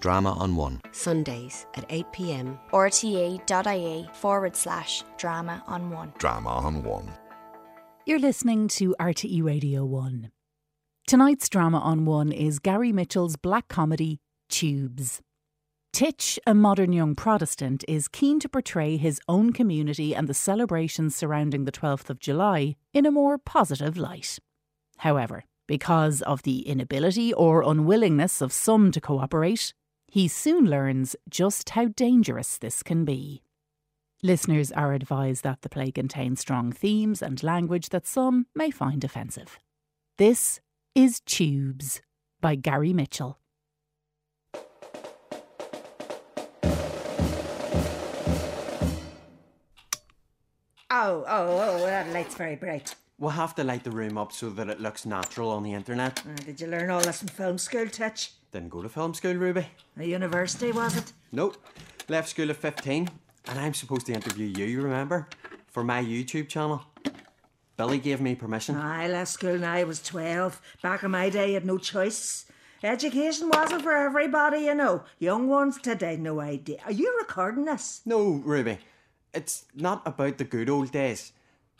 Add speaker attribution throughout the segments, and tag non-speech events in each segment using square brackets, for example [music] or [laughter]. Speaker 1: Drama on One.
Speaker 2: Sundays at 8pm.
Speaker 3: rte.ie forward slash drama on one.
Speaker 4: Drama on One.
Speaker 5: You're listening to RTE Radio 1. Tonight's drama on 1 is Gary Mitchell's black comedy, Tubes. Titch, a modern young Protestant, is keen to portray his own community and the celebrations surrounding the 12th of July in a more positive light. However, because of the inability or unwillingness of some to cooperate, he soon learns just how dangerous this can be. Listeners are advised that the play contains strong themes and language that some may find offensive. This is Tubes by Gary Mitchell.
Speaker 6: Oh, oh, oh, that light's very bright.
Speaker 7: We'll have to light the room up so that it looks natural on the internet.
Speaker 6: Uh, did you learn all this in film school, Titch?
Speaker 7: Didn't go to film school, Ruby.
Speaker 6: A university, was it?
Speaker 7: Nope. Left school at 15, and I'm supposed to interview you, you remember? For my YouTube channel. Billy gave me permission.
Speaker 6: I left school when I was 12. Back in my day, you had no choice. Education wasn't for everybody, you know. Young ones today, no idea. Are you recording this?
Speaker 7: No, Ruby. It's not about the good old days.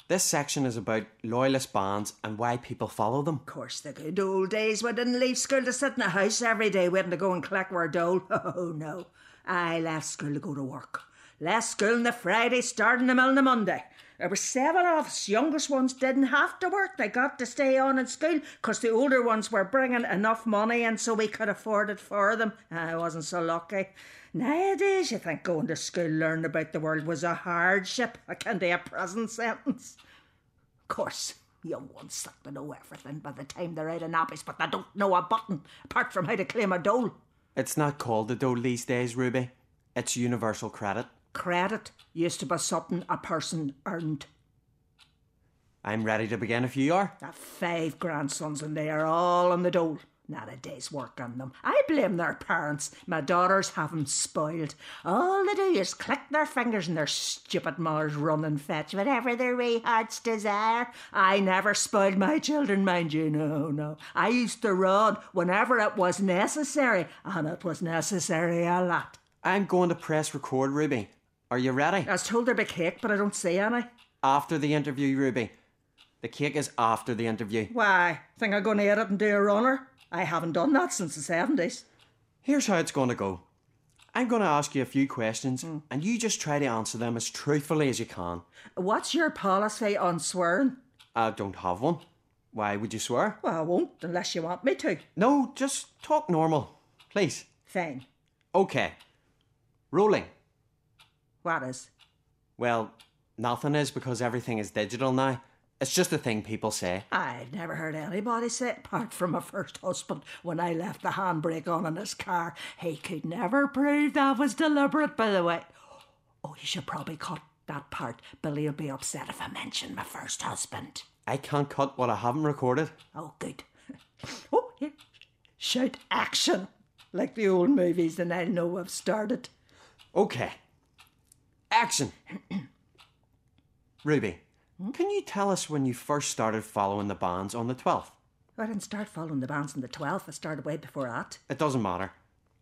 Speaker 7: This section is about loyalist bands and why people follow them.
Speaker 6: Of course, the good old days. We didn't leave school to sit in the house every day waiting to go and collect our dole. [laughs] Oh, no. I left school to go to work. Left school on the Friday, starting the mill on the Monday. There were seven of us. Youngest ones didn't have to work. They got to stay on in school 'cause the older ones were bringing enough money and so we could afford it for them. I wasn't so lucky. Nowadays, you think going to school, learning about the world was a hardship, akin to a prison sentence course, young ones think they know everything by the time they're out in nappies, but they don't know a button apart from how to claim a dole.
Speaker 7: It's not called the dole these days, Ruby. It's universal credit.
Speaker 6: Credit used to be something a person earned.
Speaker 7: I'm ready to begin if you are.
Speaker 6: I've five grandsons and they are all on the dole. Not a day's work on them. I blame their parents. My daughters have 'em spoiled. All they do is click their fingers and their stupid mothers run and fetch whatever their wee hearts desire. I never spoiled my children, mind you. No, no. I used to rod whenever it was necessary, and it was necessary a lot.
Speaker 7: I'm going to press record, Ruby. Are you ready?
Speaker 6: I was told there'd be cake, but I don't see any.
Speaker 7: After the interview, Ruby. The cake is after the interview.
Speaker 6: Why? Think I'm going to eat it and do a runner? I haven't done that since the 70s.
Speaker 7: Here's how it's going to go. I'm going to ask you a few questions, and you just try to answer them as truthfully as you can.
Speaker 6: What's your policy on swearing?
Speaker 7: I don't have one. Why would you swear?
Speaker 6: Well, I won't unless you want me to.
Speaker 7: No, just talk normal, please.
Speaker 6: Fine.
Speaker 7: Okay. Rolling.
Speaker 6: What is?
Speaker 7: Well, nothing is because everything is digital now. It's just a thing people say.
Speaker 6: I'd never heard anybody say it apart from my first husband when I left the handbrake on in his car. He could never prove that was deliberate, by the way. Oh, you should probably cut that part. Billy will be upset if I mention my first husband.
Speaker 7: I can't cut what I haven't recorded.
Speaker 6: Oh, good. [laughs] oh, here. Shout action. Like the old movies, and I'll know I've started.
Speaker 7: Okay. Action. Ruby, can you tell us when you first started following the bands on the 12th?
Speaker 6: I didn't start following the bands on the 12th. I started way before that.
Speaker 7: It doesn't matter.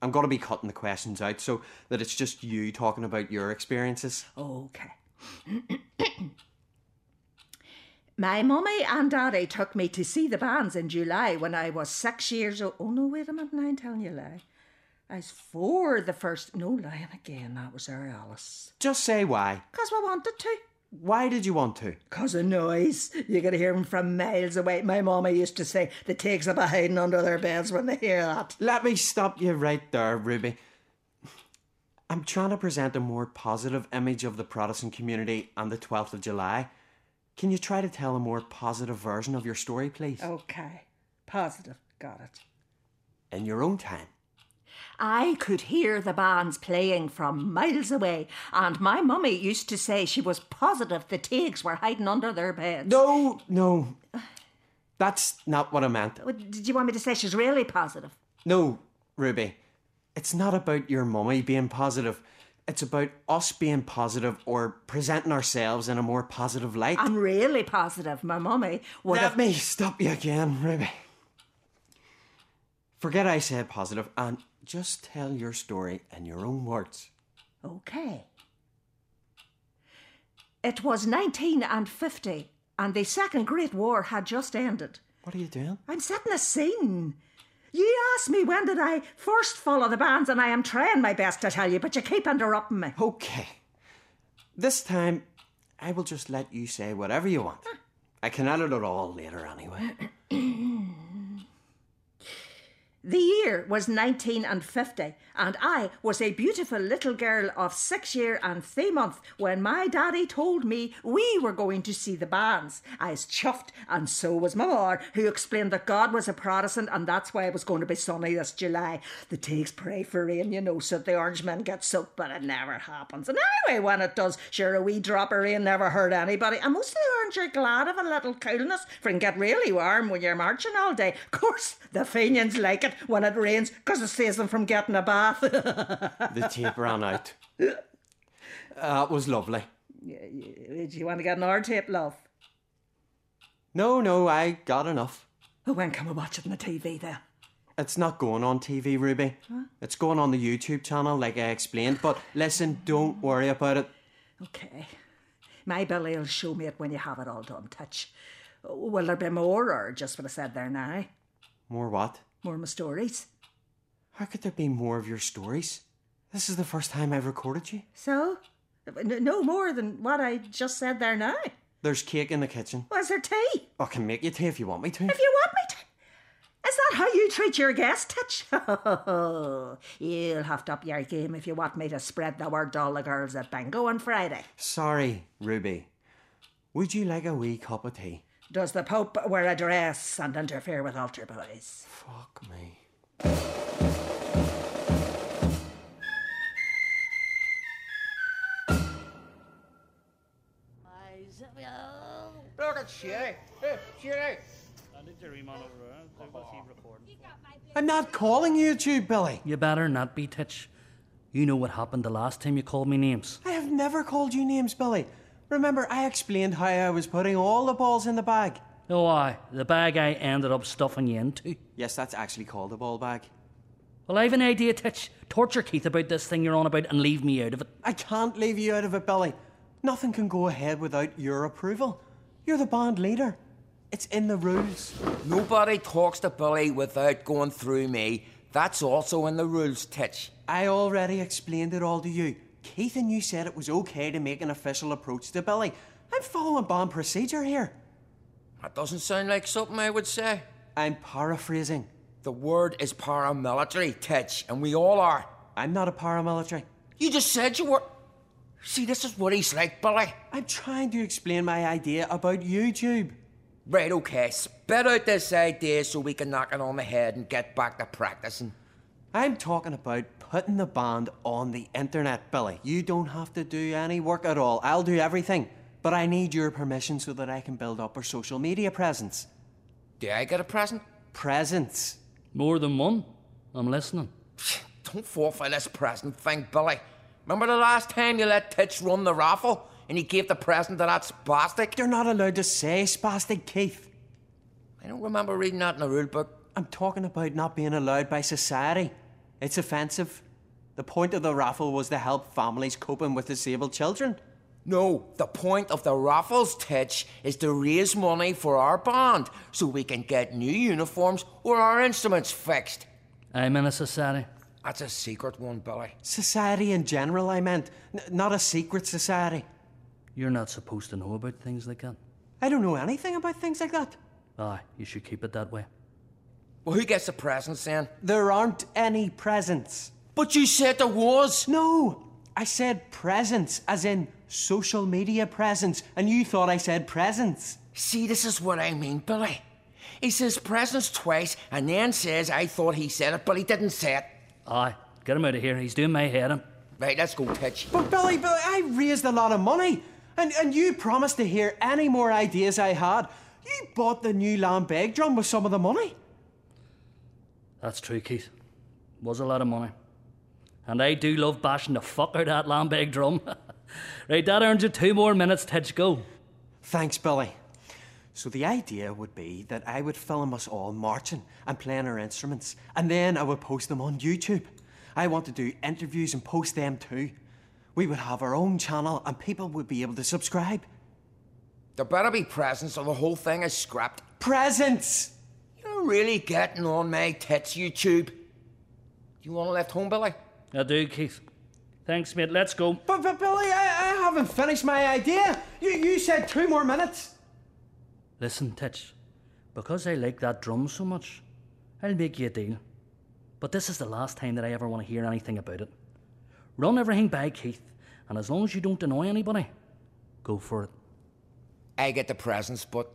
Speaker 7: I'm going to be cutting the questions out so that it's just you talking about your experiences.
Speaker 6: Okay. My mummy and daddy took me to see the bands in July when I was six years old. Oh, no, wait a minute, now I'm telling you a lie. I was four the first. No, lying again, that was our Alice.
Speaker 7: Just say why.
Speaker 6: 'Cause we wanted to.
Speaker 7: Why did you want to?
Speaker 6: 'Cause of noise. You could hear 'em from miles away. My mama used to say the takes up a hiding under their beds when they hear that.
Speaker 7: Let me stop you right there, Ruby. I'm trying to present a more positive image of the Protestant community on the 12th of July. Can you try to tell a more positive version of your story, please?
Speaker 6: Okay, positive. Got it.
Speaker 7: In your own time.
Speaker 6: I could hear the bands playing from miles away, and my mummy used to say she was positive the Tigs were hiding under their beds.
Speaker 7: No, no. That's not what I meant.
Speaker 6: Well, Did you want me to say she's really positive?
Speaker 7: No, Ruby. It's not about your mummy being positive. It's about us being positive or presenting ourselves in a more positive light.
Speaker 6: I'm really positive. My mummy would
Speaker 7: Let
Speaker 6: have.
Speaker 7: me stop you again, Ruby. Forget I said positive and Just tell your story in your own words.
Speaker 6: Okay. It was 1950, and the Second Great War had just ended.
Speaker 7: What are you doing?
Speaker 6: I'm setting a scene. You asked me when did I first follow the bands, and I am trying my best to tell you, but you keep interrupting me.
Speaker 7: Okay. This time, I will just let you say whatever you want. I can edit it all later anyway.
Speaker 6: The year was 1950, and I was a beautiful little girl of six year and three month when my daddy told me we were going to see the bands. I was chuffed, and so was my ma, who explained that God was a Protestant and that's why it was going to be sunny this July. The takes pray for rain, you know, so the orange men get soaked, but it never happens. And anyway, when it does, sure, a wee drop of rain never hurt anybody, and most of the orange are glad of a little coolness, for it can get really warm when you're marching all day. Of course, the Fenians like it when it rains, 'cause it saves them from getting a bath. [laughs]
Speaker 7: The tape ran out. That was lovely.
Speaker 6: Do you want to get an R tape, love?
Speaker 7: No, no, I got enough.
Speaker 6: Oh, When can we watch it on the TV then?
Speaker 7: It's not going on TV, Ruby. It's going on the YouTube channel, like I explained. But listen, don't worry about it.
Speaker 6: Okay. My Billy will show me it when you have it all done, touch. Will there be more, or just what I said there now?
Speaker 7: More what?
Speaker 6: More of my stories?
Speaker 7: How could there be more of your stories? This is the first time I've recorded you.
Speaker 6: So? N- No more than what I just said there now.
Speaker 7: There's cake in the kitchen.
Speaker 6: Was there tea?
Speaker 7: I can make you tea if you want me to.
Speaker 6: If you want me to. Is that how you treat your guests, [laughs] Titch? You'll have to up your game if you want me to spread the word to all the girls at bingo on Friday.
Speaker 7: Sorry, Ruby. Would you like a wee cup of tea?
Speaker 6: Does the Pope wear a dress and interfere with altar boys?
Speaker 7: Fuck me.
Speaker 8: Look at Sherry. Hey, Sherry.
Speaker 7: I'm not calling you a Billy.
Speaker 9: You better not be, Titch. You know what happened the last time you called me names.
Speaker 7: I have never called you names, Billy. Remember, I explained how I was putting all the balls in the bag.
Speaker 9: Oh, aye, the bag I ended up stuffing you into.
Speaker 7: Yes, that's actually called a ball bag.
Speaker 9: Well, I've an idea, Titch. Torture Keith about this thing you're on about and leave me out of it.
Speaker 7: I can't leave you out of it, Billy. Nothing can go ahead without your approval. You're the band leader. It's in the rules.
Speaker 8: Nobody talks to Billy without going through me. That's also in the rules, Titch.
Speaker 7: I already explained it all to you. Keith and you said it was okay to make an official approach to Billy. I'm following band procedure here.
Speaker 8: That doesn't sound like something I would say.
Speaker 7: I'm paraphrasing.
Speaker 8: The word is paramilitary, Titch, and we all are.
Speaker 7: I'm not a paramilitary.
Speaker 8: You just said you were. See, this is what he's like, Billy.
Speaker 7: I'm trying to explain my idea about YouTube.
Speaker 8: Right, okay, spit out this idea so we can knock it on the head and get back to practicing.
Speaker 7: I'm talking about putting the band on the internet, Billy. You don't have to do any work at all. I'll do everything. But I need your permission so that I can build up our social media presence.
Speaker 8: Do I get a present?
Speaker 7: Presence.
Speaker 9: More than one? I'm listening.
Speaker 8: Don't fall for this present thing, Billy. Remember the last time you let Titch run the raffle and he gave the present to that spastic?
Speaker 7: You're not allowed to say spastic, Keith.
Speaker 8: I don't remember reading that in the rule book.
Speaker 7: I'm talking about not being allowed by society. It's offensive. The point of the raffle was to help families coping with disabled children.
Speaker 8: No, the point of the raffles, Titch, is to raise money for our band so we can get new uniforms or our instruments fixed.
Speaker 9: I'm in a society.
Speaker 8: That's a secret one, Billy.
Speaker 7: Society in general, I meant, N- not a secret society.
Speaker 9: You're not supposed to know about things like that.
Speaker 7: I don't know anything about things like that.
Speaker 9: Aye, you should keep it that way.
Speaker 8: Well, who gets the presents then?
Speaker 7: There aren't any presents.
Speaker 8: But you said there was.
Speaker 7: No, I said presence, as in social media presence, and you thought I said presence.
Speaker 8: See, this is what I mean, Billy. He says presents twice and then says I thought he said it, but he didn't say it.
Speaker 9: Aye, get him out of here. He's doing my head in.
Speaker 8: Right, let's go, Titch.
Speaker 7: But Billy, Billy, I raised a lot of money, and, and you promised to hear any more ideas I had. You bought the new Lambeg drum with some of the money.
Speaker 9: That's true, Keith. Was a lot of money. And I do love bashing the fuck out of that lambeg drum. [laughs] right, that earns you two more minutes, Titch. Go.
Speaker 7: Thanks, Billy. So the idea would be that I would film us all marching and playing our instruments, and then I would post them on YouTube. I want to do interviews and post them too. We would have our own channel and people would be able to subscribe.
Speaker 8: There better be presents or the whole thing is scrapped.
Speaker 7: Presents!
Speaker 8: You're really getting on my tits, YouTube. You want to left home, Billy?
Speaker 9: I do, Keith. Thanks, mate. Let's go.
Speaker 7: But, but Billy, I, I haven't finished my idea. You, you said two more minutes.
Speaker 9: Listen, Titch. Because I like that drum so much, I'll make you a deal. But this is the last time that I ever want to hear anything about it. Run everything by Keith, and as long as you don't annoy anybody, go for it.
Speaker 8: I get the presents, but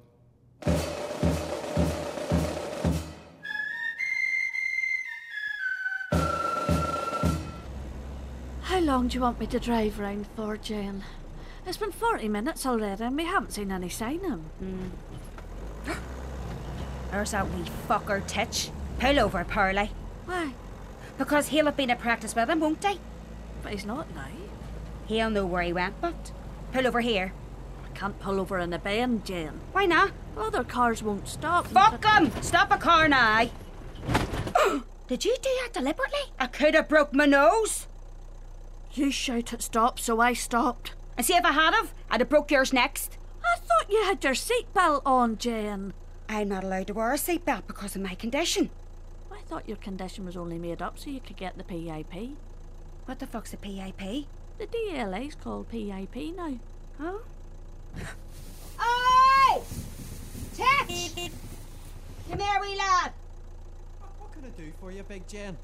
Speaker 10: How long do you want me to drive round for, Jane? It's been 40 minutes already and we haven't seen any sign of him.
Speaker 6: There's that wee fucker, Titch. Pull over, Pearlie.
Speaker 10: Why?
Speaker 6: Because he'll have been at practice with him, won't he?
Speaker 10: But he's not now.
Speaker 6: He'll know where he went, but. Pull over here.
Speaker 10: I can't pull over in a bend, Jane.
Speaker 6: Why not?
Speaker 10: Other cars won't stop.
Speaker 6: Fuck him! Stop a car now!
Speaker 10: [gasps]
Speaker 6: Did you do that deliberately? I could have broke my nose.
Speaker 10: You shouted stop, so I stopped.
Speaker 6: And see if I had have, I'd have broke yours next.
Speaker 10: I thought you had your seatbelt on, Jane.
Speaker 6: I'm not allowed to wear a seatbelt because of my condition.
Speaker 10: I thought your condition was only made up so you could get the PIP.
Speaker 6: What the fuck's a PIP?
Speaker 10: The DLA's called PIP now. [laughs]
Speaker 6: Oh? Oi! Titch! Come here, wee lad!
Speaker 7: What can I do for you, Big Jen?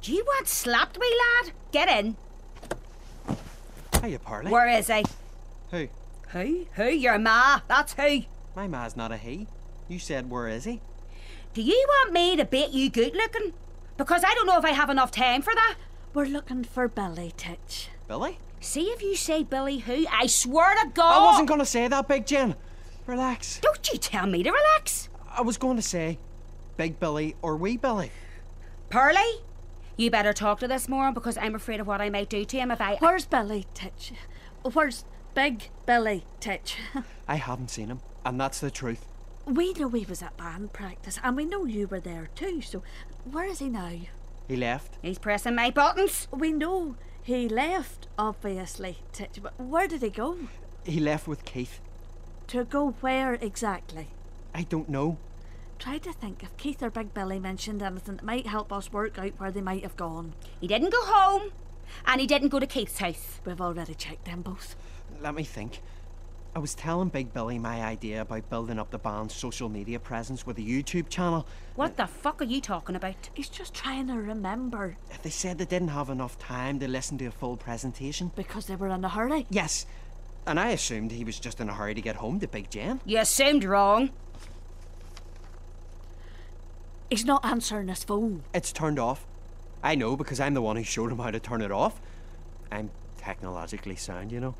Speaker 6: Do you want slapped, wee lad? Get in.
Speaker 7: Hiya, Pearlie.
Speaker 6: Where is he?
Speaker 7: Who?
Speaker 6: Who? Who? Your ma. That's who.
Speaker 7: My ma's not a he. You said, where is he?
Speaker 6: Do you want me to beat you good looking? Because I don't know if I have enough time for that.
Speaker 10: We're looking for Billy, Titch.
Speaker 7: Billy?
Speaker 6: See if you say Billy who, I swear to God.
Speaker 7: I wasn't going to say that, Big Jen. Relax.
Speaker 6: Don't you tell me to relax.
Speaker 7: I was going to say Big Billy or Wee Billy.
Speaker 6: Pearlie, you better talk to this moron because I'm afraid of what I might do to him if I.
Speaker 10: Where's Billy, Titch? Where's Big Billy, Titch?
Speaker 7: I haven't seen him, and that's the truth.
Speaker 10: we know he was at band practice and we know you were there too, so where is he now?
Speaker 7: He left.
Speaker 6: He's pressing my buttons.
Speaker 10: We know he left, obviously, Titch, but where did he go?
Speaker 7: He left with Keith.
Speaker 10: To go where exactly?
Speaker 7: I don't know.
Speaker 10: Try to think if Keith or Big Billy mentioned anything that might help us work out where they might have gone.
Speaker 6: He didn't go home, and he didn't go to Keith's house.
Speaker 10: We've already checked them both.
Speaker 7: Let me think. I was telling Big Billy my idea about building up the band's social media presence with a YouTube channel.
Speaker 6: What the fuck are you talking about?
Speaker 10: He's just trying to remember
Speaker 7: They said they didn't have enough time to listen to a full presentation.
Speaker 10: because they were in a hurry.
Speaker 7: Yes, and I assumed he was just in a hurry to get home to Big Jen.
Speaker 6: You assumed wrong.
Speaker 10: He's not answering his phone.
Speaker 7: It's turned off. I know because I'm the one who showed him how to turn it off. I'm technologically sound, you know.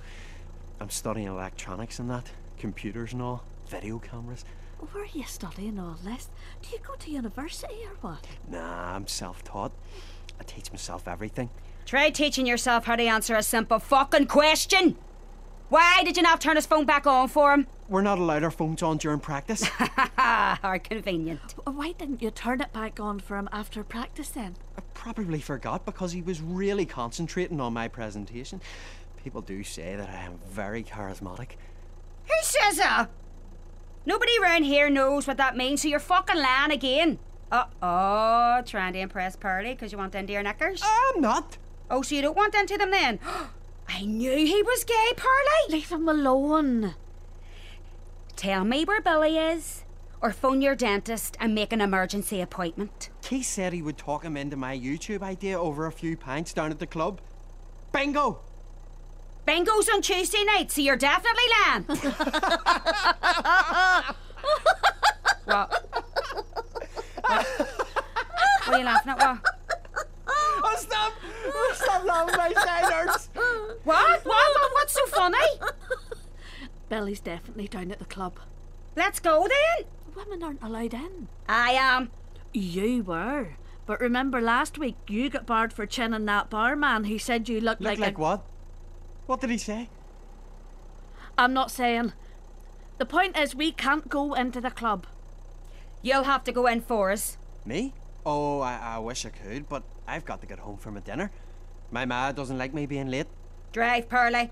Speaker 7: I'm studying electronics and that, computers and all, video cameras.
Speaker 10: Where are you studying all this? Do you go to university or what?
Speaker 7: Nah, I'm self taught. I teach myself everything.
Speaker 6: Try teaching yourself how to answer a simple fucking question. Why did you not turn his phone back on for him?
Speaker 7: We're not allowed our phones on during practice.
Speaker 6: Ah, how convenient.
Speaker 10: Why didn't you turn it back on for him after practice then?
Speaker 7: I probably forgot because he was really concentrating on my presentation. People do say that I am very charismatic.
Speaker 6: Who says that? Nobody round here knows what that means, so you're fucking lying again. Uh oh, trying to impress Pearlie because you want them deer knickers?
Speaker 7: I'm not.
Speaker 6: Oh, so you don't want them to them then? I knew he was gay, Pearlie.
Speaker 10: Leave him alone.
Speaker 6: Tell me where Billy is, or phone your dentist and make an emergency appointment.
Speaker 7: Keith said he would talk him into my YouTube idea over a few pints down at the club. Bingo!
Speaker 6: Bingo's on Tuesday night, so you're definitely lying. what? What? What are you laughing at? What?
Speaker 7: Oh, stop! Stop loving my signers!
Speaker 6: What? What? What? What's so funny?
Speaker 10: [laughs] Billy's definitely down at the club.
Speaker 6: Let's go then.
Speaker 10: Women aren't allowed in.
Speaker 6: I am.
Speaker 10: You were. But remember last week you got barred for chinning that barman who said you looked
Speaker 7: Look like,
Speaker 10: like, a...
Speaker 7: what? What did he say?
Speaker 10: I'm not saying. The point is we can't go into the club.
Speaker 6: You'll have to go in for us.
Speaker 7: Me? Oh, I, I wish I could, but I've got to get home for my dinner. My ma doesn't like me being late.
Speaker 6: Drive, Pearlie.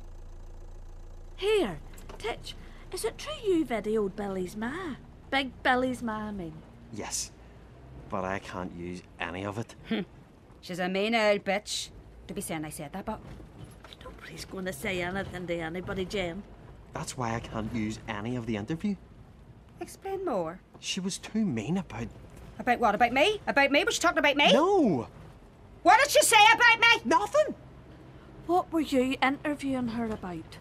Speaker 10: Here, Titch, is it true you've Eddie old Billy's ma? Big Billy's ma, I mean.
Speaker 7: Yes, but I can't use any of it.
Speaker 6: She's a mean old bitch. To be saying I said that, but
Speaker 10: Nobody's going to say anything to anybody, Jane.
Speaker 7: That's why I can't use any of the interview.
Speaker 6: explain more.
Speaker 7: She was too mean about.
Speaker 6: About what? About me? About me? Was she talking about me?
Speaker 7: No!
Speaker 6: What did she say about me?
Speaker 7: Nothing!
Speaker 10: What were you interviewing her about?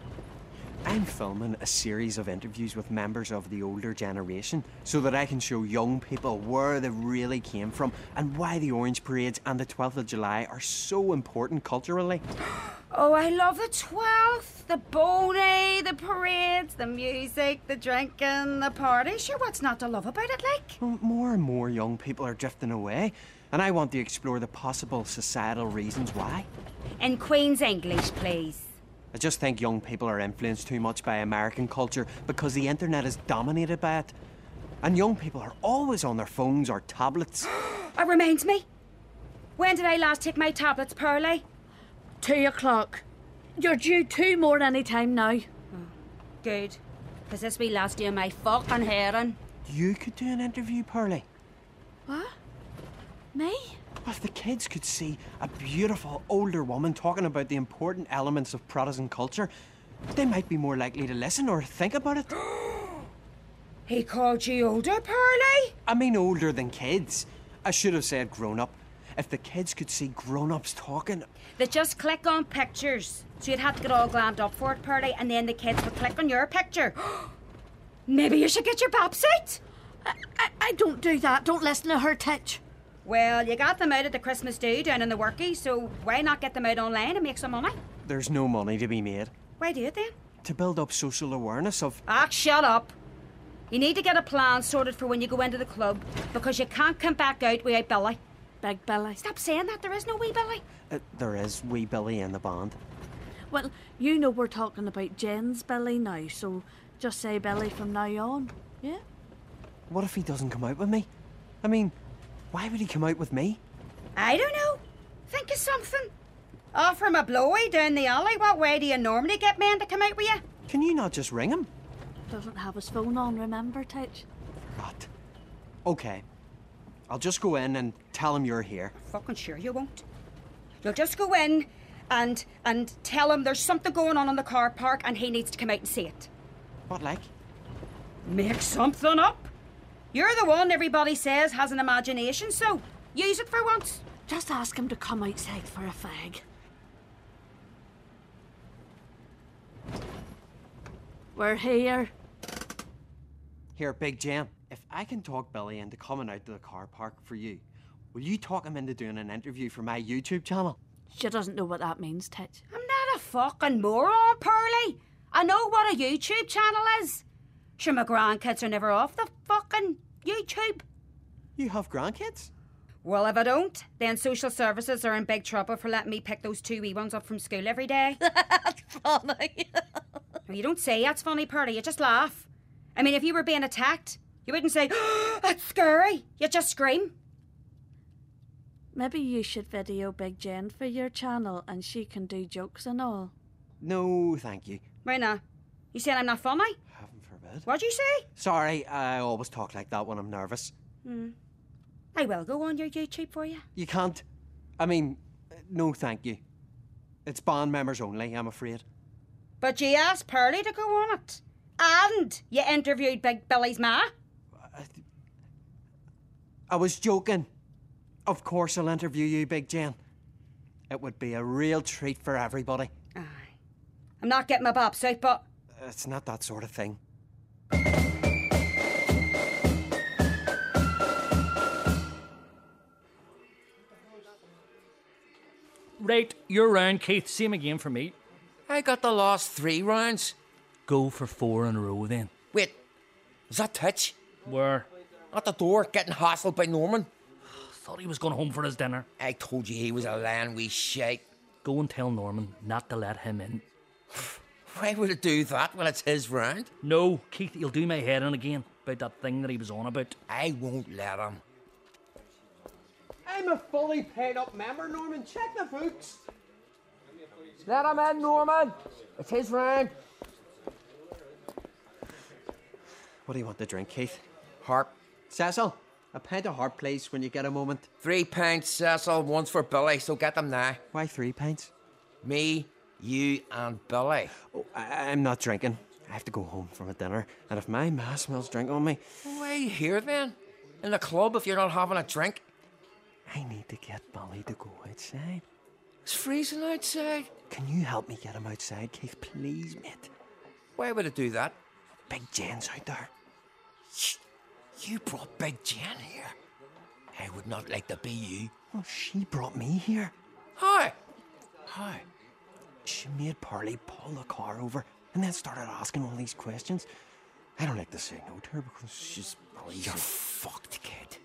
Speaker 7: I'm filming a series of interviews with members of the older generation so that I can show young people where they really came from and why the Orange Parades and the 12th of July are so important culturally.
Speaker 6: Oh, I love the 12th, the bony, the parades, the music, the drinking, the party. Sure, what's not to love about it, like?
Speaker 7: Well, More and more young people are drifting away, and I want to explore the possible societal reasons why.
Speaker 6: In Queen's English, please.
Speaker 7: I just think young people are influenced too much by American culture because the internet is dominated by it. And young people are always on their phones or tablets.
Speaker 6: It reminds me. When did I last take my tablets, Pearlie?
Speaker 10: Two o'clock. You're due two more any time now.
Speaker 6: Good. Because this wee last year my fucking hearing.
Speaker 7: You could do an interview, Pearlie.
Speaker 10: What? Me?
Speaker 7: Well, If the kids could see a beautiful older woman talking about the important elements of Protestant culture, they might be more likely to listen or think about it. [gasps]
Speaker 6: He called you older, Pearlie?
Speaker 7: I mean, older than kids. I should have said grown up. If the kids could see grown ups talking,
Speaker 6: They just click on pictures. So you'd have to get all glammed up for it, Pearlie, and then the kids would click on your picture. [gasps] Maybe you should get your pop out.
Speaker 10: I, I, I don't do that. Don't listen to her, Titch.
Speaker 6: Well, you got them out at the Christmas do down in the workie, so why not get them out online and make some money?
Speaker 7: there's no money to be made.
Speaker 6: Why do it then?
Speaker 7: To build up social awareness of.
Speaker 6: Ah, shut up. You need to get a plan sorted for when you go into the club because you can't come back out without Billy.
Speaker 10: Big Billy.
Speaker 6: Stop saying that, there is no wee Billy.
Speaker 7: Uh, there is Wee Billy in the band.
Speaker 10: Well, you know we're talking about Jen's Billy now, so just say Billy from now on. Yeah?
Speaker 7: What if he doesn't come out with me? I mean, why would he come out with me?
Speaker 6: I don't know. Think of something. Offer him a blowy down the alley. What way do you normally get men to come out with you?
Speaker 7: Can you not just ring him?
Speaker 10: Doesn't have his phone on, remember, Titch?
Speaker 7: Rot. Okay. I'll just go in and tell him you're here.
Speaker 6: Fucking sure you won't. You'll just go in and and tell him there's something going on in the car park and he needs to come out and see it.
Speaker 7: What like?
Speaker 6: Make something up. You're the one everybody says has an imagination, so use it for once.
Speaker 10: Just ask him to come outside for a fag. We're here.
Speaker 7: Here, Big Jam. If I can talk Billy into coming out to the car park for you, will you talk him into doing an interview for my YouTube channel?
Speaker 10: She doesn't know what that means, Titch.
Speaker 6: I'm not a fucking moron, Pearlie. I know what a YouTube channel is. Sure, my grandkids are never off the fucking YouTube.
Speaker 7: You have grandkids?
Speaker 6: Well, if I don't, then social services are in big trouble for letting me pick those two wee ones up from school every day. [laughs] that's funny. you don't say that's funny, Pearlie. You just laugh. I mean, if you were being attacked, you wouldn't say, [gasps] that's scary. You'd just scream.
Speaker 10: Maybe you should video Big Jen for your channel and she can do jokes and all.
Speaker 7: No, thank you.
Speaker 6: Right now. You saying I'm not funny?
Speaker 7: Heaven forbid.
Speaker 6: What'd you say?
Speaker 7: Sorry, I always talk like that when I'm nervous.
Speaker 6: I will go on your YouTube for you.
Speaker 7: You can't. I mean, uh, no, thank you. It's band members only, I'm afraid.
Speaker 6: But you asked Pearlie to go on it. And you interviewed Big Billy's ma.
Speaker 7: I was joking. Of course, I'll interview you, Big Jen. It would be a real treat for everybody.
Speaker 6: I'm not getting my bops out, but
Speaker 7: It's not that sort of thing.
Speaker 9: Right, you're round, Keith. Same again for me.
Speaker 8: I got the last three rounds.
Speaker 9: Go for four in a row then.
Speaker 8: Wait, is that Titch?
Speaker 9: Where?
Speaker 8: At the door, getting hassled by Norman.
Speaker 9: Thought he was going home for his dinner.
Speaker 8: I told you he was a land we shite.
Speaker 9: Go and tell Norman not to let him in.
Speaker 8: Why would it do that when it's his round?
Speaker 9: No, Keith, he'll do my head in again about that thing that he was on about.
Speaker 8: I won't let him.
Speaker 7: I'm a fully paid up member, Norman. Check the books.
Speaker 8: Let him in, Norman. It's his round.
Speaker 7: What do you want to drink, Keith?
Speaker 8: Harp.
Speaker 7: Cecil, a pint of hard please, when you get a moment.
Speaker 8: Three pints, Cecil, one's for Billy, so get them now.
Speaker 7: Why three pints?
Speaker 8: Me, you, and Billy.
Speaker 7: Oh, I- I'm not drinking. I have to go home from a dinner, and if my ma smells drink on me,
Speaker 8: Why are you here then? In the club if you're not having a drink?
Speaker 7: I need to get Billy to go outside.
Speaker 8: It's freezing outside.
Speaker 7: Can you help me get him outside, Keith, please, mate?
Speaker 8: Why would it do that?
Speaker 7: Big Jen's out there.
Speaker 8: You brought Big Jan here. I would not like to be you.
Speaker 7: Well, she brought me here.
Speaker 8: Hi.
Speaker 7: How? She made Parley pull the car over and then started asking all these questions. I don't like to say no to her because she's
Speaker 8: You're
Speaker 7: lazy.
Speaker 8: fucked, kid.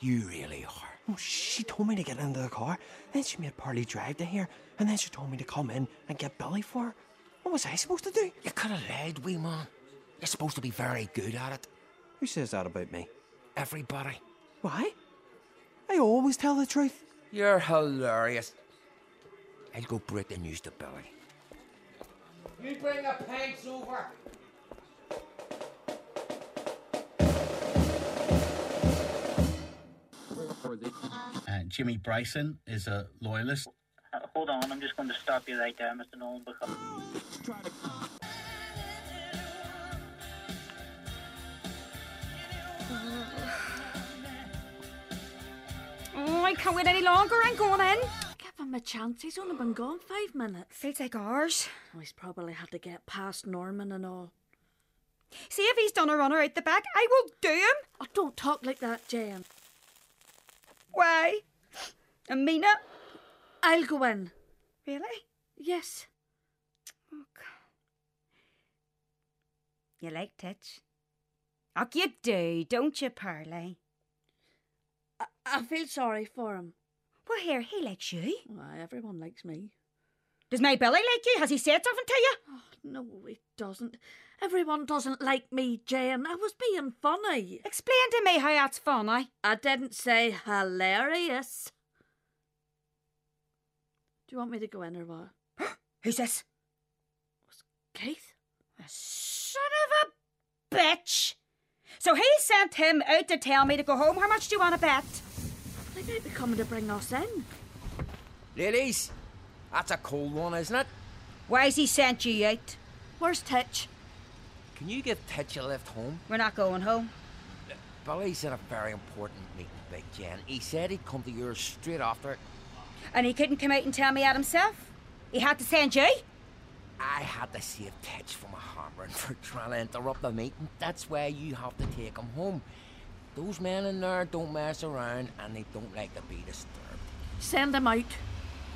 Speaker 8: You really are.
Speaker 7: Well, she told me to get into the car, then she made Parley drive to here, and then she told me to come in and get Billy for her. What was I supposed to do?
Speaker 8: You could have led, wee man. You're supposed to be very good at it.
Speaker 7: Who says that about me?
Speaker 8: Everybody.
Speaker 7: Why? I always tell the truth.
Speaker 8: You're hilarious. I'll go break the news to Billy. You bring the pints over.
Speaker 11: And Jimmy Bryson is a loyalist.
Speaker 12: Hold on, I'm just going to stop you right there, Mr. Nolan, because
Speaker 6: Oh, I can't wait any longer. I'm going in.
Speaker 10: Give him a chance. He's only been gone five minutes.
Speaker 6: Feels like ours.
Speaker 10: Oh, he's probably had to get past Norman and all.
Speaker 6: See if he's done a runner out the back. I will do him.
Speaker 10: Oh, don't talk like that, Jane.
Speaker 6: Why? Amina?
Speaker 10: I'll go in.
Speaker 6: Really?
Speaker 10: Yes.
Speaker 6: Oh, God. You like Titch? Och, you do, don't you, Parley?
Speaker 10: I, I feel sorry for him.
Speaker 6: Well, here, he likes you.
Speaker 10: Why, everyone likes me.
Speaker 6: Does my Billy like you? Has he said something to you?
Speaker 10: Oh, no, he doesn't. Everyone doesn't like me, Jane. I was being funny.
Speaker 6: Explain to me how that's funny.
Speaker 10: I didn't say hilarious. Do you want me to go in or what?
Speaker 6: [gasps] Who's this?
Speaker 10: Keith?
Speaker 6: A son of a bitch. So he sent him out to tell me to go home. How much do you want to bet?
Speaker 10: They might be coming to bring us in.
Speaker 8: Ladies, that's a cold one, isn't it?
Speaker 6: Why's he sent you out?
Speaker 10: Where's Titch?
Speaker 8: Can you give Titch a lift home?
Speaker 6: We're not going home.
Speaker 8: Billy's in a very important meeting, Big Jan. He said he'd come to yours straight after it.
Speaker 6: And he couldn't come out and tell me that himself. He had to send you.
Speaker 8: I had to save Titch from a hammering for trying to interrupt the meeting. That's why you have to take him home. Those men in there don't mess around and they don't like to be disturbed.
Speaker 10: Send him out.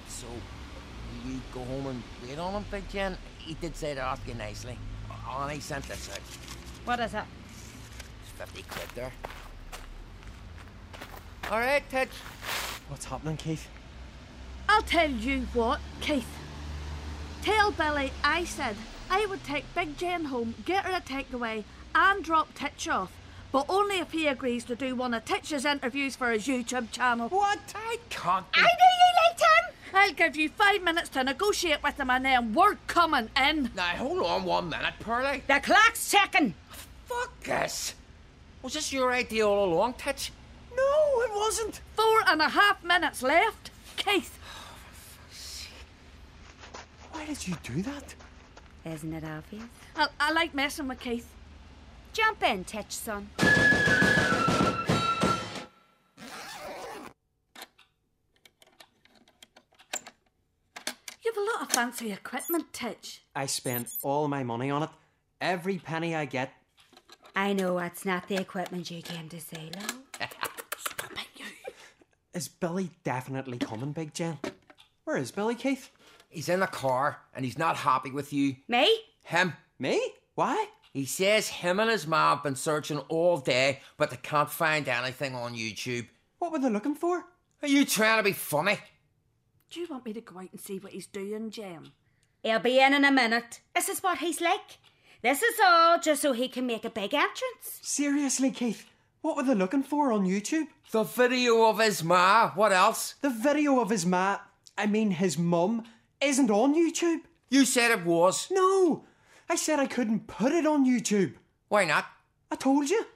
Speaker 8: So, will you go home and wait on him, Big Jan? He did say to ask you nicely. And he sent this out.
Speaker 6: What is it?
Speaker 8: It's 50 quid there. All right, Titch.
Speaker 7: What's happening, Keith?
Speaker 10: I'll tell you what, Keith. Tell Billy I said I would take Big Jane home, get her a takeaway, and drop Titch off. But only if he agrees to do one of Titch's interviews for his YouTube channel.
Speaker 8: What? I can't.
Speaker 6: I knew you liked him.
Speaker 10: I'll give you five minutes to negotiate with him, and then we're coming in.
Speaker 8: Now, hold on one minute, Pearlie.
Speaker 6: The clock's ticking.
Speaker 8: Fuck this. Was this your idea all along, Titch?
Speaker 7: No, it wasn't.
Speaker 10: Four and a half minutes left. Keith,
Speaker 7: Why did you do that?
Speaker 6: Isn't it obvious?
Speaker 10: I, I like messing with Keith.
Speaker 6: Jump in, Titch, son.
Speaker 10: You've a lot of fancy equipment, Titch.
Speaker 7: I spend all my money on it. Every penny I get.
Speaker 6: I know that's not the equipment you came to see, love.
Speaker 7: Is Billy definitely coming, Big Jen? Where is Billy, Keith?
Speaker 8: He's in the car and he's not happy with you.
Speaker 6: Me?
Speaker 8: Him.
Speaker 7: Me? Why?
Speaker 8: He says him and his ma have been searching all day, but they can't find anything on YouTube.
Speaker 7: What were they looking for?
Speaker 8: Are you trying to be funny?
Speaker 10: Do you want me to go out and see what he's doing, Jim?
Speaker 6: He'll be in in a minute. This is what he's like. This is all just so he can make a big entrance.
Speaker 7: Seriously, Keith, What were they looking for on YouTube?
Speaker 8: The video of his ma. What else?
Speaker 7: The video of his ma, I mean his mum, isn't on YouTube.
Speaker 8: You said it was.
Speaker 7: No, I said I couldn't put it on YouTube.
Speaker 8: Why not?
Speaker 7: I told you.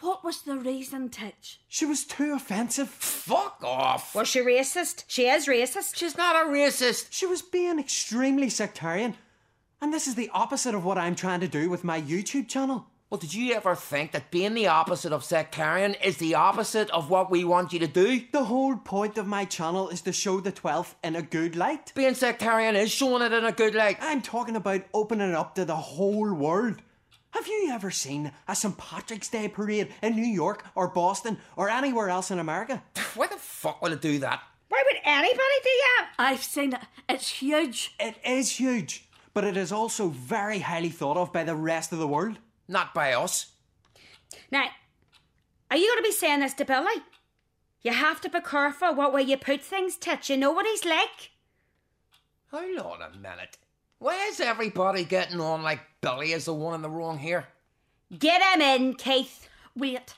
Speaker 10: What was the reason, Titch?
Speaker 7: She was too offensive.
Speaker 8: Fuck off.
Speaker 6: Was she racist? She is racist.
Speaker 8: She's not a racist.
Speaker 7: She was being extremely sectarian. And this is the opposite of what I'm trying to do with my YouTube channel.
Speaker 8: Well, did you ever think that being the opposite of sectarian is the opposite of what we want you to do?
Speaker 7: The whole point of my channel is to show the 12th in a good light.
Speaker 8: Being sectarian is showing it in a
Speaker 7: [laughs]
Speaker 8: good light.
Speaker 7: I'm talking about opening it up to the whole world. Have you ever seen a St. Patrick's Day parade in New York or Boston or anywhere else in America?
Speaker 8: Why the fuck would it do that?
Speaker 6: Why would anybody do that?
Speaker 10: I've seen it. It's huge.
Speaker 7: It is huge, but it is also very highly thought of by the rest of the world.
Speaker 8: Not by us.
Speaker 6: Now, are you going to be saying this to Billy? You have to be careful what way you put things, Titch. You know what he's like.
Speaker 8: Hold on a minute. Why is everybody getting on like Billy is the one in the wrong here?
Speaker 6: Get him in, Keith.
Speaker 10: Wait.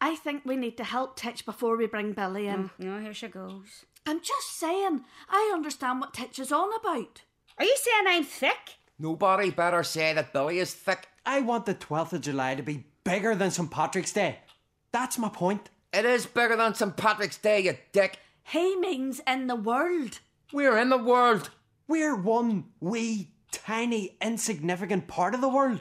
Speaker 10: I think we need to help Titch before we bring Billy in.
Speaker 6: No, Mm, oh, here she goes.
Speaker 10: I'm just saying, I understand what Titch is on about.
Speaker 6: Are you saying I'm thick?
Speaker 8: Nobody better say that Billy is thick.
Speaker 7: I want the 12th of July to be bigger than St. Patrick's Day. That's my point.
Speaker 8: It is bigger than St. Patrick's Day, you dick.
Speaker 10: He means in the world.
Speaker 8: We're in the world.
Speaker 7: We're one wee, tiny, insignificant part of the world.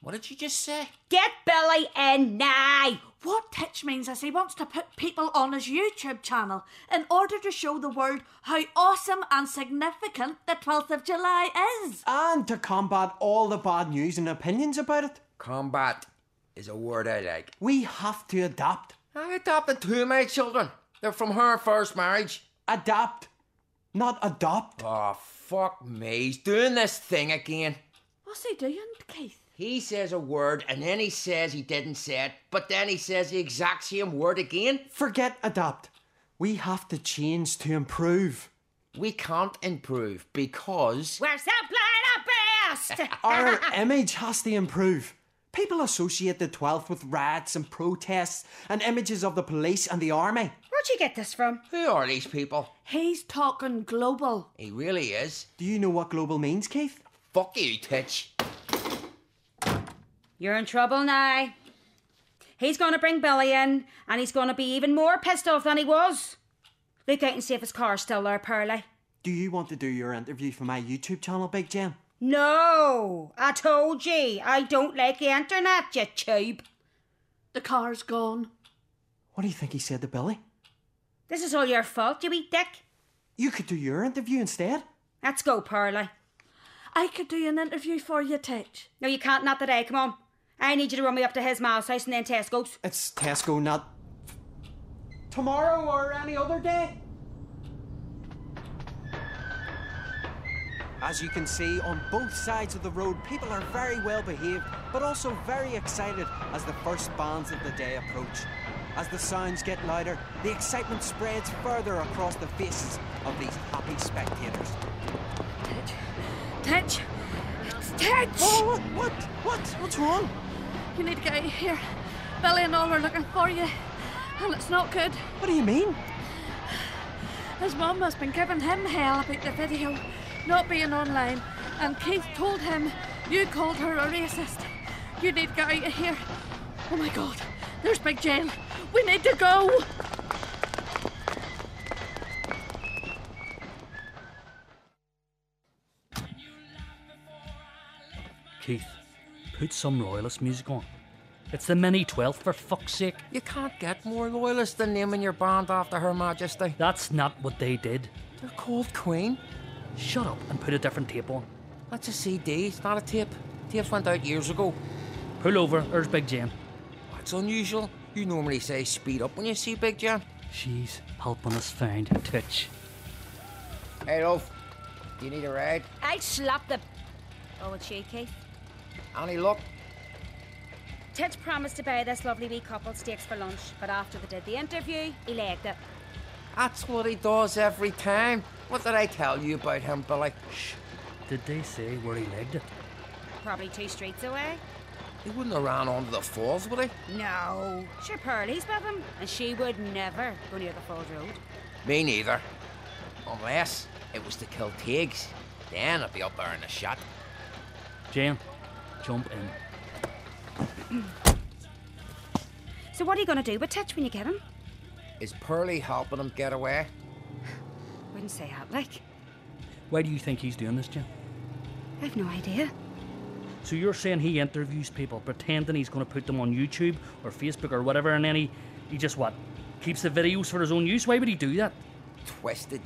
Speaker 8: What did you just say?
Speaker 6: Get Billy in now!
Speaker 10: What Titch means is he wants to put people on his YouTube channel in order to show the world how awesome and significant the 12th of July is.
Speaker 7: And to combat all the bad news and opinions about it.
Speaker 8: Combat is a word I like.
Speaker 7: We have to adapt.
Speaker 8: I adopted two of my children. They're from her first marriage.
Speaker 7: Adapt, not adopt.
Speaker 8: Oh, fuck me. He's doing this thing again.
Speaker 10: What's he doing, Keith?
Speaker 8: He says a word and then he says he didn't say it, but then he says the exact same word again.
Speaker 7: Forget adapt. We have to change to improve.
Speaker 8: We can't improve because.
Speaker 6: We're simply the best!
Speaker 7: Our image has to improve. People associate the 12th with riots and protests and images of the police and the army.
Speaker 6: [laughs] Where'd you get this from?
Speaker 8: Who are these people?
Speaker 10: He's talking global.
Speaker 8: He really is.
Speaker 7: Do you know what global means, Keith?
Speaker 8: Fuck you, Titch.
Speaker 6: You're in trouble now. He's going to bring Billy in, and he's going to be even more pissed off than he was. Look out and see if his car's still there, Pearlie.
Speaker 7: Do you want to do your interview for my YouTube channel, Big Jim?
Speaker 6: No, I told ye, I don't like the internet, you tube.
Speaker 10: The car's gone.
Speaker 7: What do you think he said to Billy?
Speaker 6: This is all your fault, you wee dick.
Speaker 7: You could do your interview instead.
Speaker 6: Let's go, Pearlie.
Speaker 10: I could do an interview for you, Titch.
Speaker 6: No, you can't, not today, come on. I need you to run me up to his mom's house and then Tesco's.
Speaker 7: It's Tesco, not tomorrow or any other day. As you can see, on both sides of the road, people are very well behaved, but also very excited as the first bands of the day approach. As the sounds get louder, the excitement spreads further across the faces of these happy spectators.
Speaker 10: Titch. Titch. It's Titch.
Speaker 7: Oh, what? What? What? What's wrong?
Speaker 10: You need to get out of here. Billy and all are looking for you, and it's not good.
Speaker 7: What do you mean?
Speaker 10: His mum has been giving him hell about the video not being online, and Keith told him you called her a racist. You need to get out of here. Oh my god, there's Big Jane. We need to go.
Speaker 9: Keith, put some royalist music on. It's the mini 12th, for fuck's sake.
Speaker 8: You can't get more loyalist than naming your band after Her Majesty.
Speaker 9: That's not what they did.
Speaker 8: They're called Queen.
Speaker 9: Shut up and put a different tape on.
Speaker 8: That's a CD, it's not a tape. Tapes went out years ago.
Speaker 9: Pull over, there's Big Jane.
Speaker 8: That's unusual. You normally say speed up when you see Big Jane.
Speaker 9: She's helping us find Titch.
Speaker 8: Hey, Rolf, do you need a ride?
Speaker 6: I slapped the. Oh, it's you, Keith.
Speaker 8: Annie, look.
Speaker 6: Titch promised to buy this lovely wee couple steaks for lunch, but after they did the interview, he legged it.
Speaker 8: That's what he does every time. What did I tell you about him, Billy?
Speaker 9: Shh. Did they say where he legged it?
Speaker 6: Probably two streets away.
Speaker 8: They wouldn't have ran onto the falls, would they?
Speaker 10: Oh.
Speaker 6: No. Sure, Pearlie's with him, and she would never go near the Falls Road.
Speaker 8: Me neither. Unless it was to kill Tiggs. Then I'd be up there in a shot.
Speaker 9: Jane, jump in.
Speaker 6: So what are you going to do with Titch when you get him?
Speaker 8: Is Pearlie helping him get away?
Speaker 6: Wouldn't say that, like.
Speaker 9: Why do you think he's doing this, Jane?
Speaker 6: I've no idea.
Speaker 9: So you're saying he interviews people, pretending he's going to put them on YouTube or Facebook or whatever, and then he, he just what? Keeps the videos for his own use? Why would he do that?
Speaker 8: Twisted.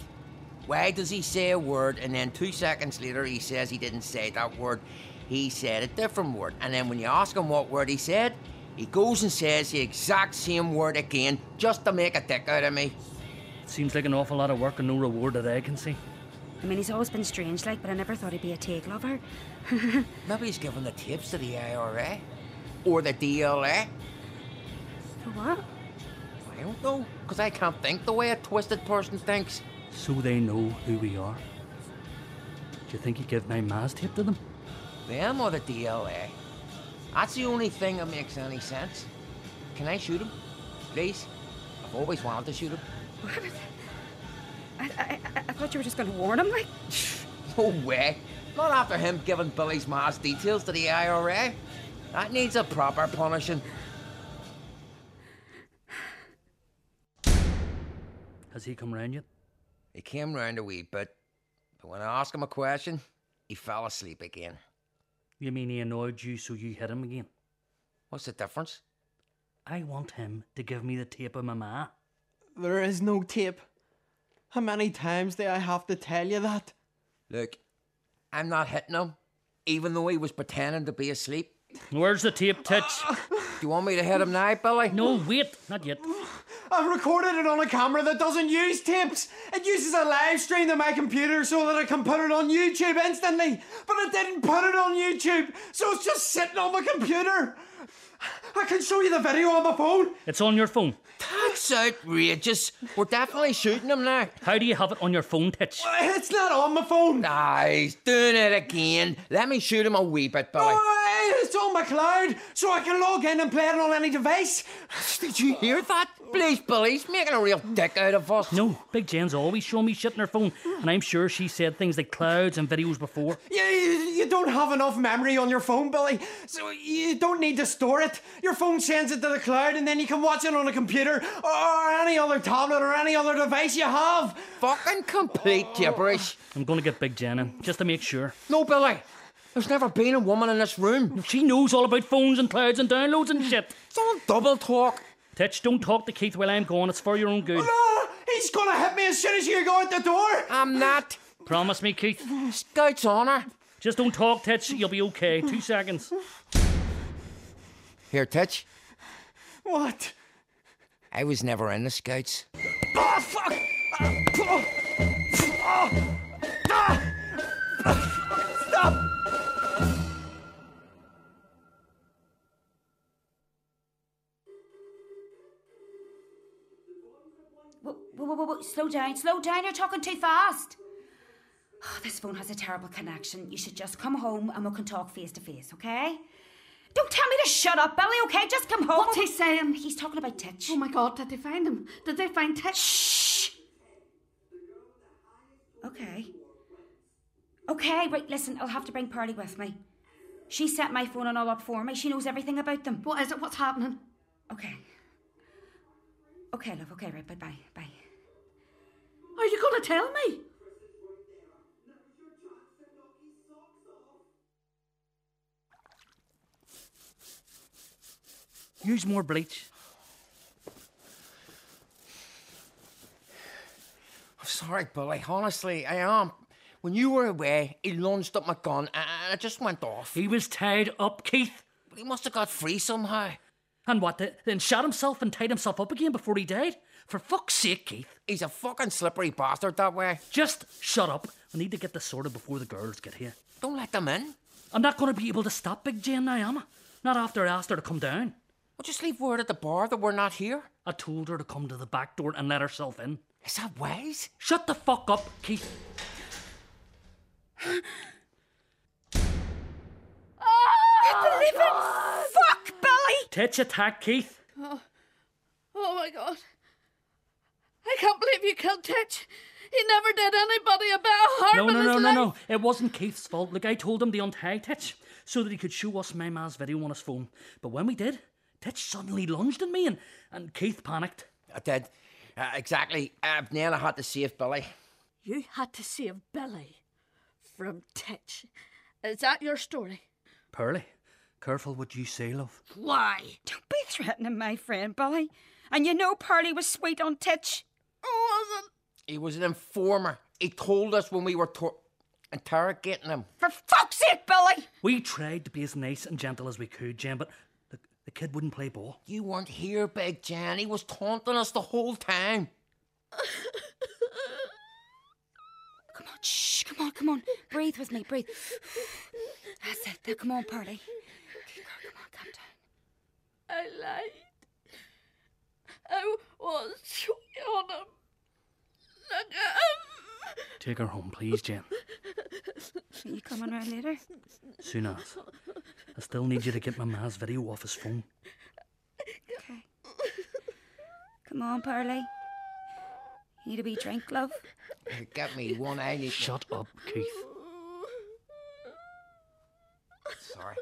Speaker 8: Why does he say a word and then two seconds later he says he didn't say that word? He said a different word. And then when you ask him what word he said, he goes and says the exact same word again just to make a dick out of me.
Speaker 9: Seems like an awful lot of work and no reward that I can see.
Speaker 6: I mean, he's always been strange, like, but I never thought he'd be a take lover.
Speaker 8: Maybe he's giving the tips to the IRA or the DLA.
Speaker 6: For what?
Speaker 8: I don't know, because I can't think the way a twisted person thinks.
Speaker 9: So they know who we are. Do you think he give my ma's tip to them?
Speaker 8: Them or the DLA? That's the only thing that makes any sense. Can I shoot him? Please? I've always wanted to shoot him.
Speaker 6: I, I, I- I thought you were just going to warn him, like.
Speaker 8: [laughs] No way. Not after him giving Billy's ma's details to the IRA. That needs a proper punishing.
Speaker 9: Has he come round yet?
Speaker 8: He came round a wee bit, but when I asked him a question, he fell asleep again.
Speaker 9: You mean he annoyed you so you hit him again?
Speaker 8: What's the difference?
Speaker 9: I want him to give me the tape of my ma.
Speaker 7: There is no tape. How many times do I have to tell you that?
Speaker 8: Look, I'm not hitting him, even though he was pretending to be asleep.
Speaker 9: Where's the tape, Titch?
Speaker 8: Do you want me to hit him now, Billy?
Speaker 9: No, wait, not yet.
Speaker 7: I've recorded it on a camera that doesn't use tapes. It uses a live stream to my computer so that I can put it on YouTube instantly. But I didn't put it on YouTube, so it's just sitting on my computer. I can show you the video on my phone.
Speaker 9: It's on your phone.
Speaker 8: That's outrageous. We're definitely shooting him now.
Speaker 9: How do you have it on your phone, Titch?
Speaker 7: It's not on my phone.
Speaker 8: Ah, he's doing it again. Let me shoot him a wee bit, Billy.
Speaker 7: Oh, it's on my cloud, so I can log in and play it on any device.
Speaker 8: Did you hear that? Please, Billy, he's making a real dick out of us.
Speaker 9: No, Big Jen's always showing me shit on her phone, and I'm sure she said things like clouds and videos before.
Speaker 7: You, you- you don't have enough memory on your phone, Billy, so you don't need to store it. Your phone sends it to the cloud and then you can watch it on a computer or any other tablet or any other device you have. Oh.
Speaker 8: Fucking complete gibberish.
Speaker 9: I'm gonna get Big Jen in, just to make sure.
Speaker 8: No, Billy. There's never been a woman in this room.
Speaker 9: She knows all about phones and clouds and downloads and shit.
Speaker 8: It's all double talk.
Speaker 9: Titch, don't talk to Keith while I'm gone, it's for your own good.
Speaker 7: Ah, he's gonna hit me as soon as you go out the door.
Speaker 8: I'm not.
Speaker 9: Promise me, Keith.
Speaker 8: Scout's honor.
Speaker 9: Just don't talk, Titch, you'll be okay. Two seconds.
Speaker 8: Here, Titch.
Speaker 7: What?
Speaker 8: I was never in the Scouts.
Speaker 7: Oh, fuck! Ah, oh, oh, ah, Stop!
Speaker 6: Whoa, whoa, whoa, whoa, whoa, slow down, slow down, you're talking too fast. Oh, this phone has a terrible connection. You should just come home and we can talk face to face, okay? Don't tell me to shut up, Billy, okay? Just come home.
Speaker 10: What's he saying?
Speaker 6: He's talking about Titch.
Speaker 10: Oh my god, did they find him? Did they find Titch?
Speaker 6: Shh! Okay. Okay, right, listen, I'll have to bring Pearlie with me. She set my phone and all up for me. She knows everything about them.
Speaker 10: What is it? What's happening?
Speaker 6: Okay. Okay, love, okay, right, bye bye, bye.
Speaker 10: Are you going to tell me?
Speaker 9: Use more bleach.
Speaker 8: I'm sorry, Billy. Honestly, I am. When you were away, he lunged at my gun and and it just went off.
Speaker 9: He was tied up, Keith.
Speaker 8: He must have got free somehow.
Speaker 9: And what, th- then shot himself and tied himself up again before he died? For fuck's sake, Keith.
Speaker 8: He's a fucking slippery bastard that way.
Speaker 9: Just shut up. I need to get this sorted before the girls get here.
Speaker 8: Don't let them in.
Speaker 9: I'm not going to be able to stop Big Jane now, am I? Not after I asked her to come down.
Speaker 8: Well, just leave word at the bar that we're not here.
Speaker 9: I told her to come to the back door and let herself in.
Speaker 8: Is that wise?
Speaker 9: Shut the fuck up, Keith.
Speaker 6: I believe it!
Speaker 9: Titch attacked Keith.
Speaker 10: Oh, oh my God. I can't believe you killed Titch. He never did anybody a bit of harm
Speaker 9: No,
Speaker 10: in
Speaker 9: no,
Speaker 10: his
Speaker 9: no,
Speaker 10: life.
Speaker 9: no, no. It wasn't Keith's fault. Look, I told him to untag Titch so that he could show us my ma's video on his phone. But when we did, Titch suddenly lunged at me and, and Keith panicked.
Speaker 8: I did. Uh, exactly. I've nearly had to save Billy.
Speaker 10: You had to save Billy from Titch. Is that your story?
Speaker 9: Pearly, careful what you say, love.
Speaker 6: Why? Don't be threatening my friend, Billy. And you know Pearlie was sweet on Titch.
Speaker 10: Oh, I wasn't.
Speaker 8: He was an informer. He told us when we were tor- interrogating him.
Speaker 6: For fuck's sake, Billy!
Speaker 9: We tried to be as nice and gentle as we could, Jen, but the, the kid wouldn't play ball.
Speaker 8: You weren't here, Big Jan. He was taunting us the whole time.
Speaker 6: Come on, shh, come on, come on. Breathe with me, breathe. [sighs] That's it. Now, come on, Pearlie. Good girl, Come on, calm
Speaker 10: I
Speaker 6: down.
Speaker 10: lied. I was sweet on him. Look at him.
Speaker 9: Take her home, please, Jen.
Speaker 6: Are you coming round later?
Speaker 9: Soon as. I still need you to get my ma's video off his phone.
Speaker 6: Okay. Come on, Pearlie. You need a wee drink, love?
Speaker 8: Get me one
Speaker 9: [laughs]
Speaker 8: eye. and you-
Speaker 9: Shut up, Keith.
Speaker 8: Sorry.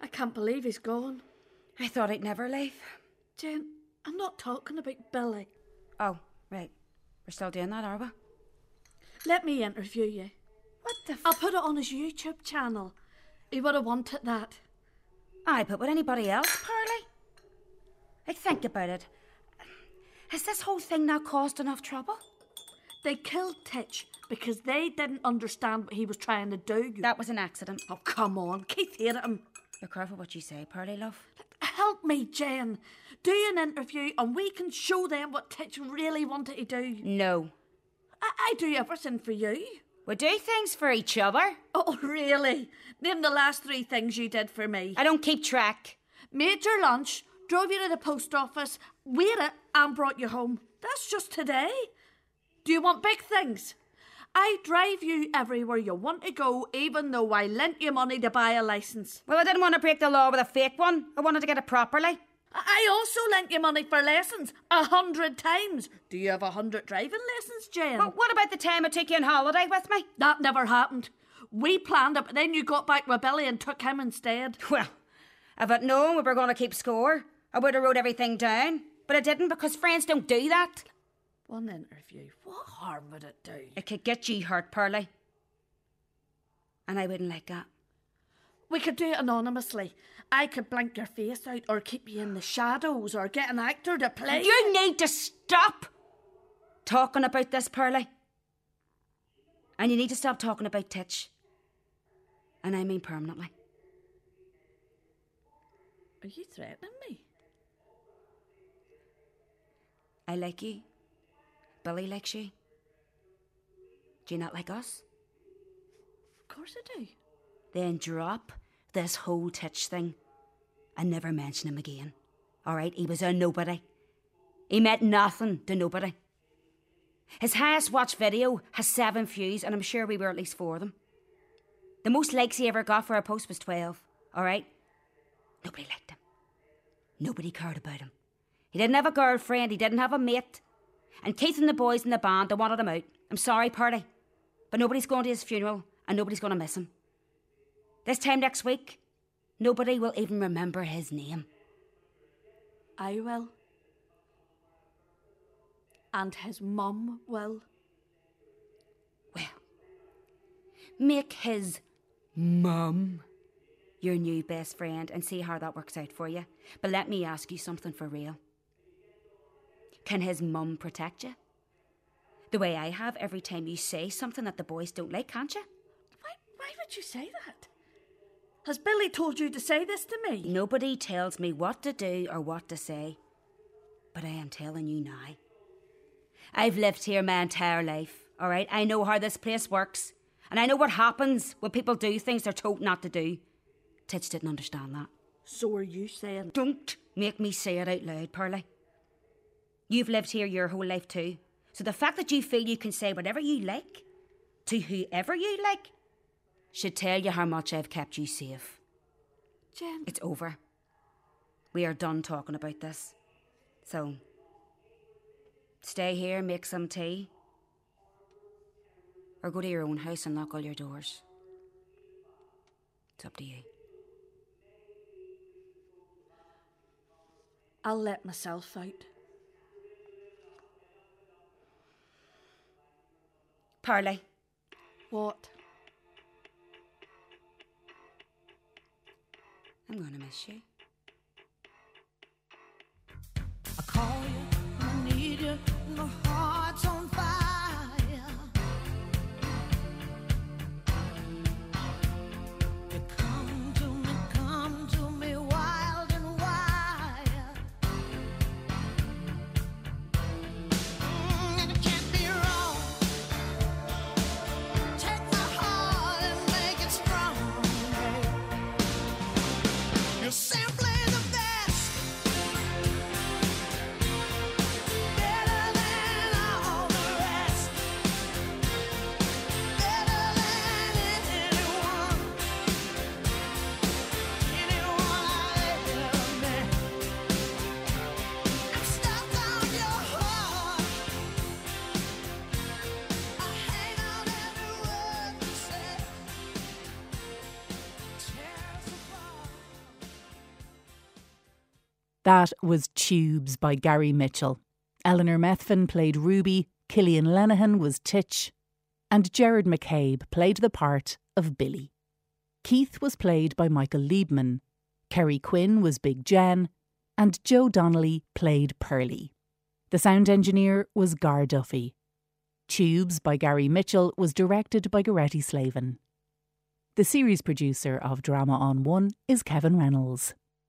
Speaker 10: I can't believe he's gone.
Speaker 6: I thought I'd never leave.
Speaker 10: Jen, I'm not talking about Billy.
Speaker 6: Oh, right. We're still doing that, are we?
Speaker 10: Let me interview you.
Speaker 6: What the f-
Speaker 10: I'll put it on his YouTube channel. He would have wanted that.
Speaker 6: Aye, but would anybody else, Pearlie? I think about it. Has this whole thing now caused enough trouble?
Speaker 10: They killed Titch because they didn't understand what he was trying to do.
Speaker 6: That was an accident.
Speaker 10: Oh, come on. Keith hated him.
Speaker 6: Be careful what you say, Pearlie, love.
Speaker 10: Help me, Jen. Do an interview and we can show them what Titch really wanted to do.
Speaker 6: No.
Speaker 10: I, I do everything for you.
Speaker 6: We do things for each other.
Speaker 10: Oh, really? Name the last three things you did for me.
Speaker 6: I don't keep track.
Speaker 10: Made your lunch, drove you to the post office, weighed it, and brought you home. That's just today. Do you want big things? I drive you everywhere you want to go, even though I lent you money to buy a license.
Speaker 6: Well, I didn't want to break the law with a fake one. I wanted to get it properly.
Speaker 10: I- I also lent you money for lessons a hundred times. Do you have a hundred driving lessons, Jen?
Speaker 6: But what about the time I took you on holiday with me?
Speaker 10: that never happened. We planned it, but then you got back with Billy and took him instead.
Speaker 6: Well, if I'd known we were going to keep score, I would have wrote everything down. But I didn't because friends don't do that.
Speaker 10: One interview. What harm would it do?
Speaker 6: It could get you hurt, Pearlie. And I wouldn't like that.
Speaker 10: We could do it anonymously. I could blank your face out, or keep you in the shadows, or get an actor to play.
Speaker 6: You need to stop talking about this, Pearlie. And you need to stop talking about Titch. And I mean permanently.
Speaker 10: Are you threatening me?
Speaker 6: I like you. Billy likes you. Do you not like us?
Speaker 10: Of course I do.
Speaker 6: Then drop this whole Titch thing and never mention him again. All right, he was a nobody. He meant nothing to nobody. His highest watched video has seven views, and I'm sure we were at least four of them. The most likes he ever got for a post was 12, all right? Nobody liked him. Nobody cared about him. He didn't have a girlfriend, he didn't have a mate. And Keith and the boys in the band, they wanted him out. I'm sorry, Party. But nobody's going to his funeral, and nobody's going to miss him. This time next week, nobody will even remember his name.
Speaker 10: I will. And his mum will.
Speaker 6: Well, make his mum your new best friend and see how that works out for you. But let me ask you something for real. Can his mum protect you? The way I have every time you say something that the boys don't like, can't you?
Speaker 10: Why, why would you say that? Has Billy told you to say this to me?
Speaker 6: Nobody tells me what to do or what to say, but I am telling you now. I've lived here my entire life, all right? I know how this place works, and I know what happens when people do things they're told not to do. Titch didn't understand that.
Speaker 10: So are you saying?
Speaker 6: Don't make me say it out loud, Pearlie. You've lived here your whole life too. So the fact that you feel you can say whatever you like to whoever you like should tell you how much I've kept you safe.
Speaker 10: Jen,
Speaker 6: It's over. We are done talking about this. So, stay here, make some tea, or go to your own house and lock all your doors. It's up to you.
Speaker 10: I'll let myself out.
Speaker 6: Parley,
Speaker 10: What?
Speaker 6: I'm going to miss you.
Speaker 13: I call you, I need you, and my heart's on fire. You come to me, come to me, wild and wild. Mm, and it can't be wrong. Take my heart and make it strong. You're simply the best.
Speaker 5: That was Tubes by Gary Mitchell. Eleanor Methven played Ruby, Killian Lenihan was Titch, and Gerard McCabe played the part of Billy. Keith was played by Michael Liebman, Kerry Quinn was Big Jen, and Joe Donnelly played Pearlie. The sound engineer was Gar Duffy. Tubes by Gary Mitchell was directed by Goretti Slavin. The series producer of Drama on One is Kevin Reynolds.